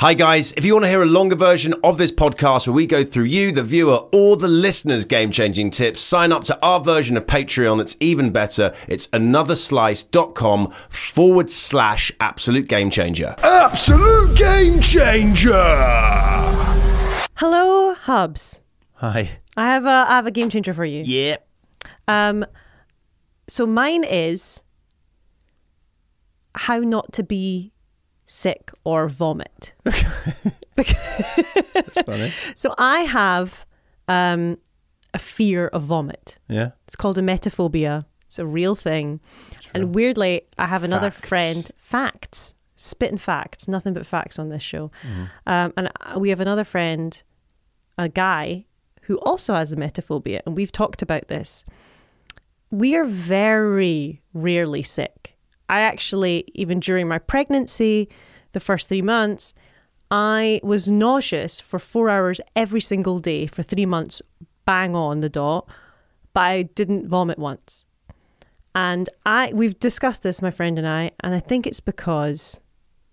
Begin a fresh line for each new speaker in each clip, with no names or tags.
Hi, guys. If you want to hear a longer version of this podcast where we go through you, the viewer, or the listener's game changing tips, sign up to our version of Patreon that's even better. It's anotherslice.com forward slash absolute game changer.
Absolute game changer!
Hello, Hubs.
Hi.
I have a I have a game changer for you.
Yeah.
Um, so mine is how not to be sick or vomit.
Funny.
So I have um, a fear of vomit.
Yeah.
It's called emetophobia. It's a real thing. And weirdly, I have another
Facts.
friend, facts, spitting facts, nothing but facts on this show. Um, and I- we have another friend, a guy, who also has emetophobia. And we've talked about this. We are very rarely sick. I actually, even during my pregnancy, the first three months, I was nauseous for four hours every single day for three months, bang on the dot, but I didn't vomit once. And I we've discussed this, my friend and I, and I think it's because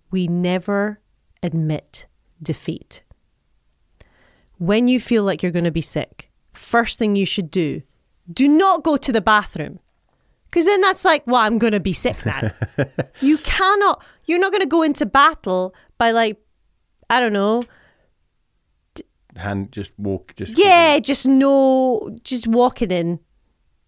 we never admit defeat. When you feel like you're going to be sick, first thing you should do, do not go to the bathroom. Because then that's like, well, I'm going to be sick now. you cannot, you're not going to go into battle by like, I don't know,
Hand just walk, just.
yeah, Mm-hmm. just no, just walking in.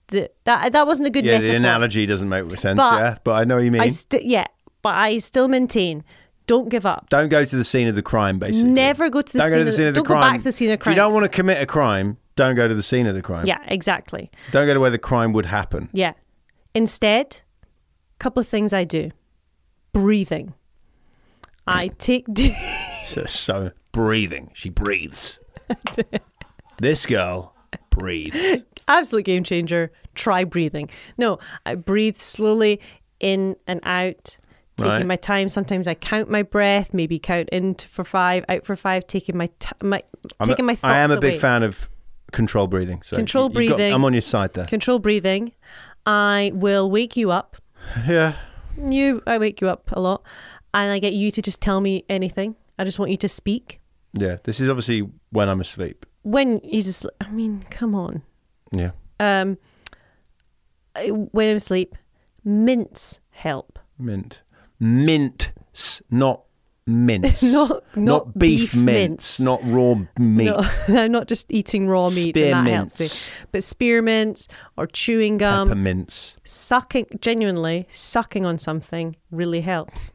The, that that wasn't a good
Yeah, the
metaphor.
analogy doesn't make sense,
But-
yeah, but I know what you mean.
I st- yeah, but I still maintain, don't give up.
Don't go to the scene of the crime, basically.
Never go to the
don't
scene
go to the
of-
scene of the
don't go
crime.
back to the scene of
If you
crime.
don't want to commit a crime, don't go to the scene of the crime.
Yeah, exactly.
Don't go to where the crime would happen.
Yeah. Instead, couple of things I do. Breathing. I take deep
So, so breathing. She breathes. this girl breathes.
absolute game changer. Try breathing. No, I breathe slowly in and out, taking
Right.
my time. Sometimes I count my breath, maybe count in t- for five, out for five, taking my t- my
I'm
taking
a,
my thoughts
I am a big
away.
fan of control breathing. So
Control
you- you got-
breathing.
I'm on your side there.
Control breathing. I will wake you up.
yeah.
You, I wake you up a lot, and I get you to just tell me anything. I just want you to speak
Yeah. This is obviously when I'm asleep.
when he's asleep. I mean, come on.
Yeah.
Um, I- when I'm asleep, mints help.
Mint. Mints, not mince.
Not- not
beef,
beef
mince,
mince.
not raw meat.
No, I'm not just eating raw meat, and that helps
Spearmints.
me. But spearmints or chewing gum,
Peppermints.
sucking genuinely sucking on something really helps.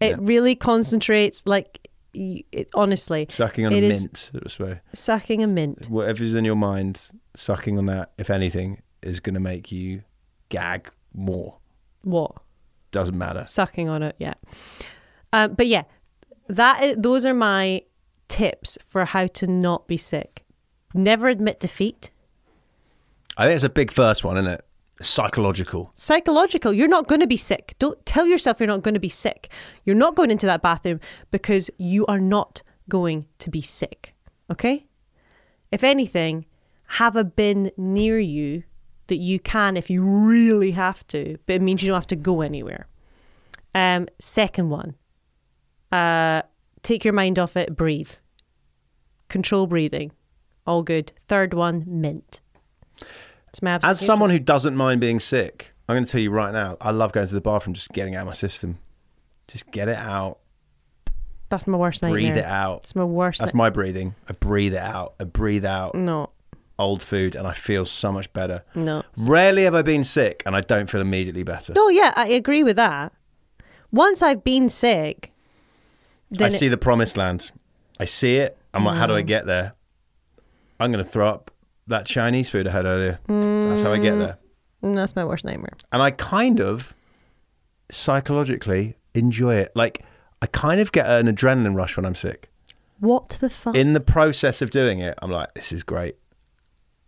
It really concentrates. Like, y- it, honestly,
Sucking on
it
a
is
mint. That was where-
Sucking a mint.
Whatever's in your mind, sucking on that, if anything, is going to make you gag more.
What?
Doesn't matter.
sucking on it yeah um, but yeah that is, those are my tips for how to not be sick never admit defeat
I think it's a big first one, isn't it? Psychological.
psychological you're not going to be sick don't tell yourself you're not going to be sick you're not going into that bathroom because you are not going to be sick okay if anything have a bin near you that you can if you really have to but it means you don't have to go anywhere um second one uh take your mind off it breathe control breathing all good third one mint it's my absolute
As someone who doesn't mind being sick, I'm going to tell you right now, I love going to the bathroom, just getting it out of my system. Just get it out,
That's my worst nightmare.
breathe it out.
It's my worst.
That's
night-
my breathing. I breathe it out. I breathe out
no,
old food, and I feel so much better.
no,
Rarely have I been sick, and I don't feel immediately better.
no. Yeah, I agree with that. Once I've been sick,
I
then it- Mm.
see the promised land. I see it. I'm like, how do I get there? I'm going to throw up that Chinese food I had earlier. That's how I get there.
mm, that's my worst nightmare.
and I kind of psychologically enjoy it. Like I kind of get an adrenaline rush when I'm sick.
What the fuck?
In the process of doing it, I'm like, this is great.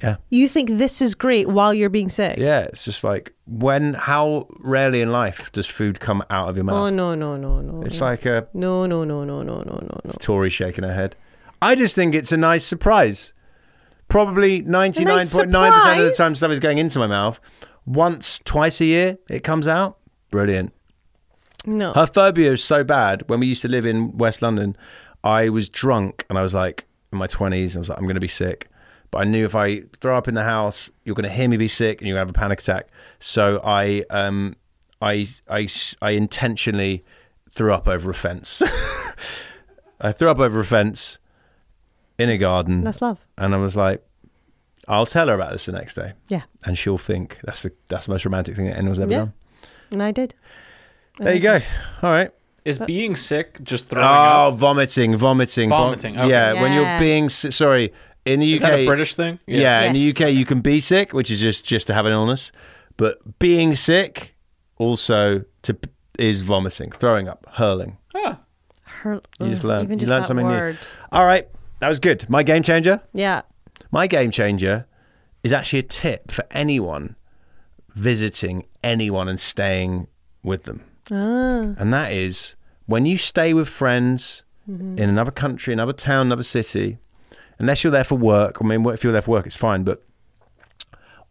Yeah,
you think this is great while you're being sick?
yeah. It's just like when, how rarely in life does food come out of your
Oh
mouth?
no no no no.
it's
no.
like a
no no no no no no no no.
Tory shaking her head. I just think it's a nice surprise. Probably 99.9% of the
surprise?
time stuff is going into my mouth. Once, twice a year, it comes out. Brilliant.
No.
Her phobia is so bad. When we used to live in West London, I was drunk and I was like in my 20s. I was like, I'm going to be sick. But I knew if I throw up in the house, you're going to hear me be sick and you're going to have a panic attack. So I, um, I, I, I intentionally threw up over a fence. I threw up over a fence in a garden.
That's love.
And I was like, I'll tell her about this the next day.
Yeah.
And she'll think that's the that's the most romantic thing that anyone's ever
Yeah.
done.
And I did.
There you go. All right.
Is being sick just throwing
Oh,
up?
vomiting, vomiting, vom-
Vomiting, okay.
Yeah, when you're
Yeah.
being si- sorry in the UK,
Is that a British thing?
Yeah, in the
Yes.
UK you can be sick, which is just just to have an illness, but being sick also to is vomiting, throwing up, hurling.
Ah,
Her,
You just
ugh,
learn.
Mm, Even
you
just
learn
that
something
word.
new. All right, that was good. My game changer.
Yeah.
My game changer is actually a tip for anyone visiting anyone and staying with them. And that is when you stay with friends in another country, another town, another city, unless you're there for work, I mean, if you're there for work, it's fine, but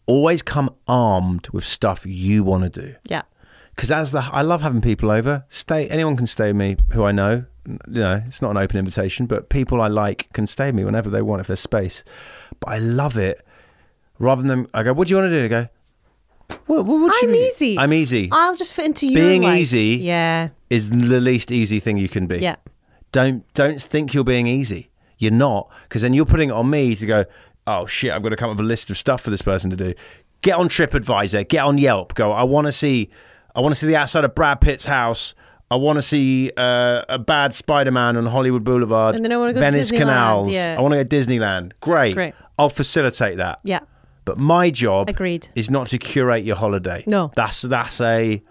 always come armed with stuff you want to do.
Yeah.
Because as the I love having people over. Stay anyone can stay with me who I know. You know, it's not an open invitation, but people I like can stay with me whenever they want if there's space. But I love it. Rather than them, I go, "What do you want to do?" They go, "What? What, what should
I'm
we-"
easy.
I'm easy."
I'll just fit into your
Being
life.
easy-
Yeah.
is the least easy thing you can be.
Yeah.
Don't don't think you're being easy. You're not, because then you're putting it on me to go. Oh shit! I've got to come up with a list of stuff for this person to do. Get on TripAdvisor. Get on Yelp. Go. I want to see. I want to see the outside of Brad Pitt's house. I want to see uh, a bad Spider-Man on Hollywood Boulevard.
And then I wanna go to
Venice
Disneyland,
Canals.
yeah.
I want to go to Disneyland. Great.
Great.
I'll facilitate that.
Yeah.
But my job
Agreed.
is not to curate your holiday.
No.
That's that's a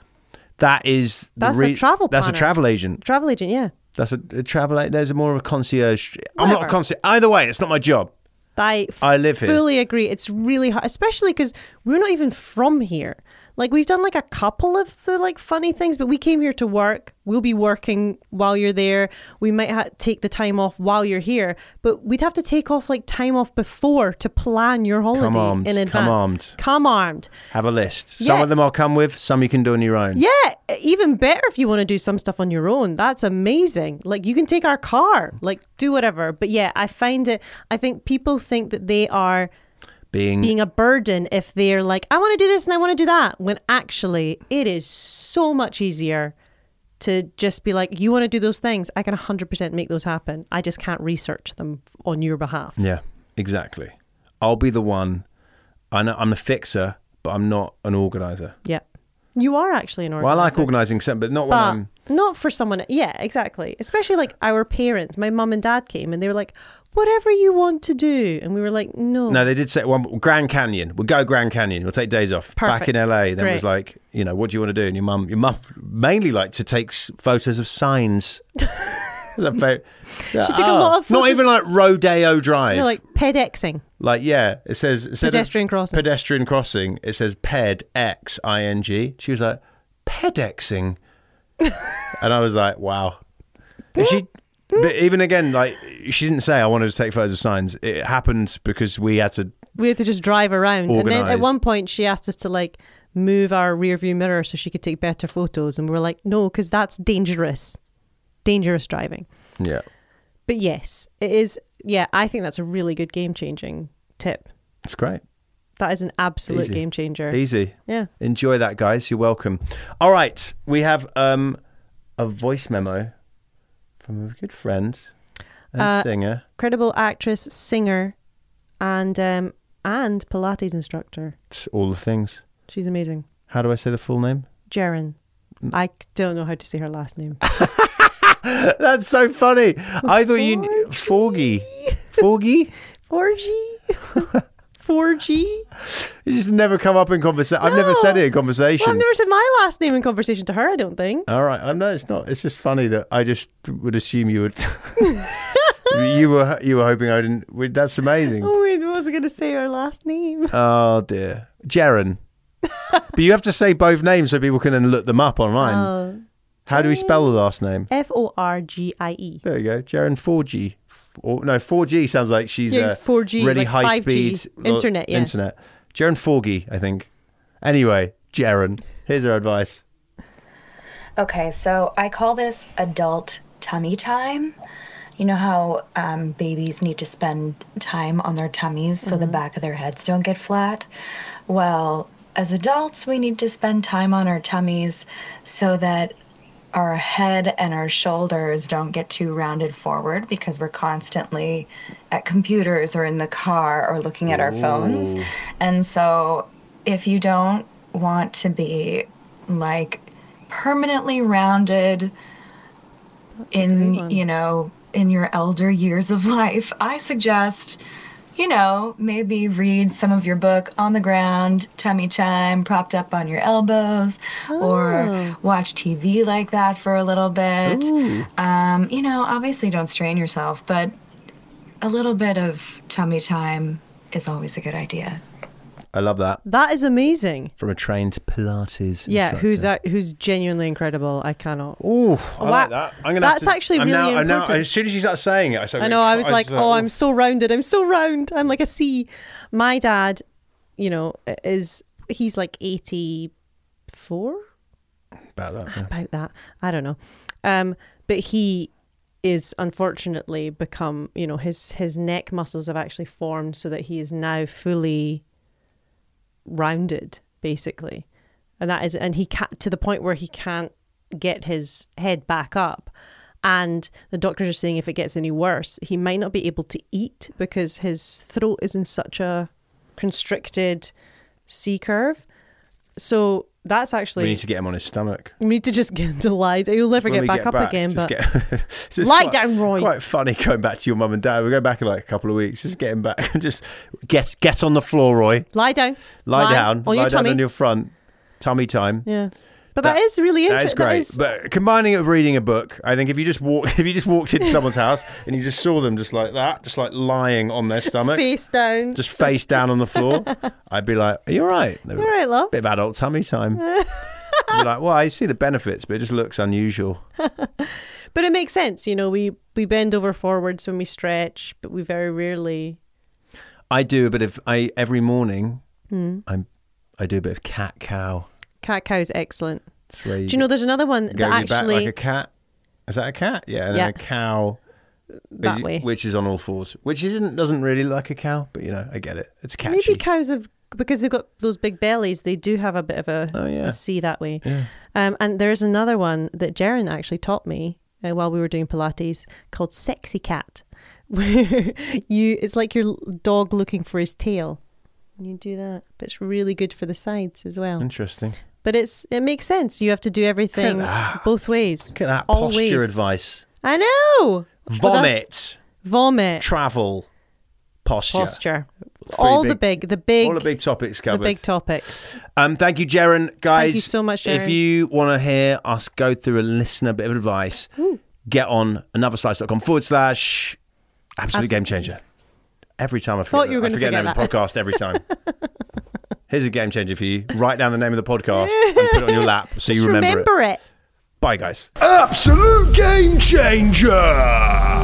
that is the
That's a travel
That's a
planner.
travel agent.
Travel agent. Yeah.
That's a, a travel agent. There's a more of a concierge. I'm not a
Whatever.
concierge. Either way, it's not my job.
I, f-
I live here.
fully agree. It's really hard, especially because we're not even from here. Like we've done like a couple of the like funny things, but we came here to work. We'll be working while you're there. We might ha- take the time off while you're here, but we'd have to take off like time off before to plan your holiday
armed.
in
Come
advance.
armed.
Come armed.
Have a list. Some
Yeah.
of them I'll come with. Some you can do on your own.
Yeah, e-, even better if you want to do some stuff on your own. That's amazing. Like you can take our car, like do whatever. But yeah, I find it. I think people think that they are
Being,
being a burden if they're like, I want to do this and I want to do that, when actually it is so much easier to just be like, you want to do those things. I can 100% make those happen. I just can't research them on your behalf.
yeah, exactly. I'll be the one. I know, I'm a fixer, but I'm not an organizer.
Yeah. You are actually an organizer.
Well, I like organizing, some, but not when
but
I'm.
not for someone. Yeah, exactly. Especially like our parents. My mum and dad came and they were like, whatever you want to do. And we were like, no.
No, they did say one Grand Canyon. We'll go Grand Canyon. We'll take days off. Back
Perfect.
in LA, then it
Great.
was like, you know, what do you want to do? And your mum, your mum mainly liked to take s- photos of signs. she took
took a lot of
Not
photos-
even like Rodeo Drive.
They're like pedexing.
Like, yeah, it says instead of
Pedestrian crossing.
Pedestrian crossing. It says ped x i n g. She was like pedexing, and I was like, wow. And she, but even again, like she didn't say I wanted to take photos of signs. It happened because we had to.
we had to just drive around. And then
Organised.
at one point, she asked us to like move our rear view mirror so she could take better photos. And we were like, no, because that's dangerous. Dangerous driving.
Yeah,
But yes, it is. Yeah, I think that's a really good game changing tip.
it's great,
That is an absolute
Easy.
game changer.
easy.
Yeah.
Enjoy that, guys. You're welcome. All right, we have um a voice memo from a good friend and
Uh,
singer.
Credible actress, singer, and um, and Pilates instructor.
It's all the things.
She's amazing.
How do I say the full name?
Jaren.
Mm.
I don't know how to say her last name.
That's so funny. I thought you Forgy. Forgy?
4G. 4G.
It's just never come up in conversation. I've never
No.
said it in
Well, I've
conversation.
never said my last name in conversation to her, I don't think.
All right. I know it's not. It's just funny that I just would assume you would. you were you were hoping I didn't. we- That's amazing.
Oh, wait, what was I going to say? Her last name.
Oh dear, Jaren. but you have to say both names so people can then look them up online.
Oh,
How do we spell the last name?
F O R G I E.
There you go, Jaren Forgy. Or, no, 4G sounds like she's
Yeah,
uh,
it's 4G,
really
like
high
5G
speed lo-
internet, yeah.
Internet. Jaren Forgy, I think. Anyway, Jaren, here's her advice.
Okay, so I call this adult tummy time. You know how um, babies need to spend time on their tummies so the back of their heads don't get flat? Well, as adults, we need to spend time on our tummies so that our head and our shoulders don't get too rounded forward because we're constantly at computers or in the car or looking at our phones. And so, if you don't want to be like permanently rounded in, you know, in your elder years of life, I suggest you know, maybe read some of your book on the ground, tummy time, propped up on your elbows, or watch TV like that for a little bit. Um, you know, obviously don't strain yourself, but a little bit of tummy time is always a good idea.
I love that
That is amazing.
from a trained Pilates.
Yeah, who's
instructor.
uh, who's genuinely incredible. I cannot.
Ooh, I
Wow.
like that. I'm gonna. have
That's
to-
actually
I'm
really
now, I'm now-
important.
as soon as you start saying it, I,
I know. I was like, oh, I'm so rounded. I'm so round. I'm like a C. My dad, you know, is he's like 84
about that. yeah.
about that. I don't know. Um, but he is unfortunately become, you know, his his neck muscles have actually formed so that he is now fully rounded, basically, and that is, and he can't to the point where he can't get his head back up. And the doctors are saying if it gets any worse, he might not be able to eat because his throat is in such a constricted C curve. So that's actually
We need to get him on his stomach.
we need to just get him to lie. down. He'll never
When
get
we
back up
back,
again. But
just get- it's just
Lie
quite-
down, Roy.
Quite funny going back to your mum and dad. We're going back in like a couple of weeks. Just get him back. Just get get on the floor, Roy.
lie down.
Lie, down.
on
lie
your tummy.
down on your front. Tummy time.
yeah, but that is really
That is
interesting.
great. But combining it with reading a book, I think if you just walk, if you just walked into someone's house and you just saw them just like that, just like lying on their stomach,
face down.
just face down on the floor, I'd be like, "Are you all right?" They were
All right, love.
Bit of adult tummy time. I'd be like, well, I see the benefits, but it just looks unusual.
But it makes sense. You know, we we bend over forwards when we stretch, but we very rarely.
I do a bit of I every morning.
Hmm.
I'm I do a bit of cat cow.
Cat cow is excellent.
It's where you,
Do you know there's another one
go
that
with your back
actually
like a cat? Is that a cat? Yeah, and then
Yeah.
a cow.
that
which,
way.
which is on all fours, which isn't doesn't really like a cow, but you know I get it. It's catchy.
Maybe cows have because they've got those big bellies. They do have a bit of a,
Oh, yeah.
a C that way. Um, and there is another one that Jaren actually taught me uh, while we were doing Pilates called "Sexy Cat," where you it's like your l- dog looking for his tail. And You do that, but it's really good for the sides as
Mm.
well.
Interesting.
But it's it makes sense. You have to do everything both ways.
Look at that
Always.
posture advice.
I know. But that's-
Vomit,
vomit,
travel, posture.
posture,
Three
all the
big-
big, the big,
All the big topics
the
covered.
big topics.
Um, thank you, Jaren. Guys,
you so much,
If
Jaren.
you want to hear us go through a listener bit of advice, get on anotherslice.com forward slash absolute game changer. Every time I forget,
Thought you were
I
gonna
forget the name
forget
of the podcast every time. Here's a game changer for you. Write down the name of the podcast and put it on your lap so
Just
you remember,
remember it.
it. Bye, guys.
Absolute game changer!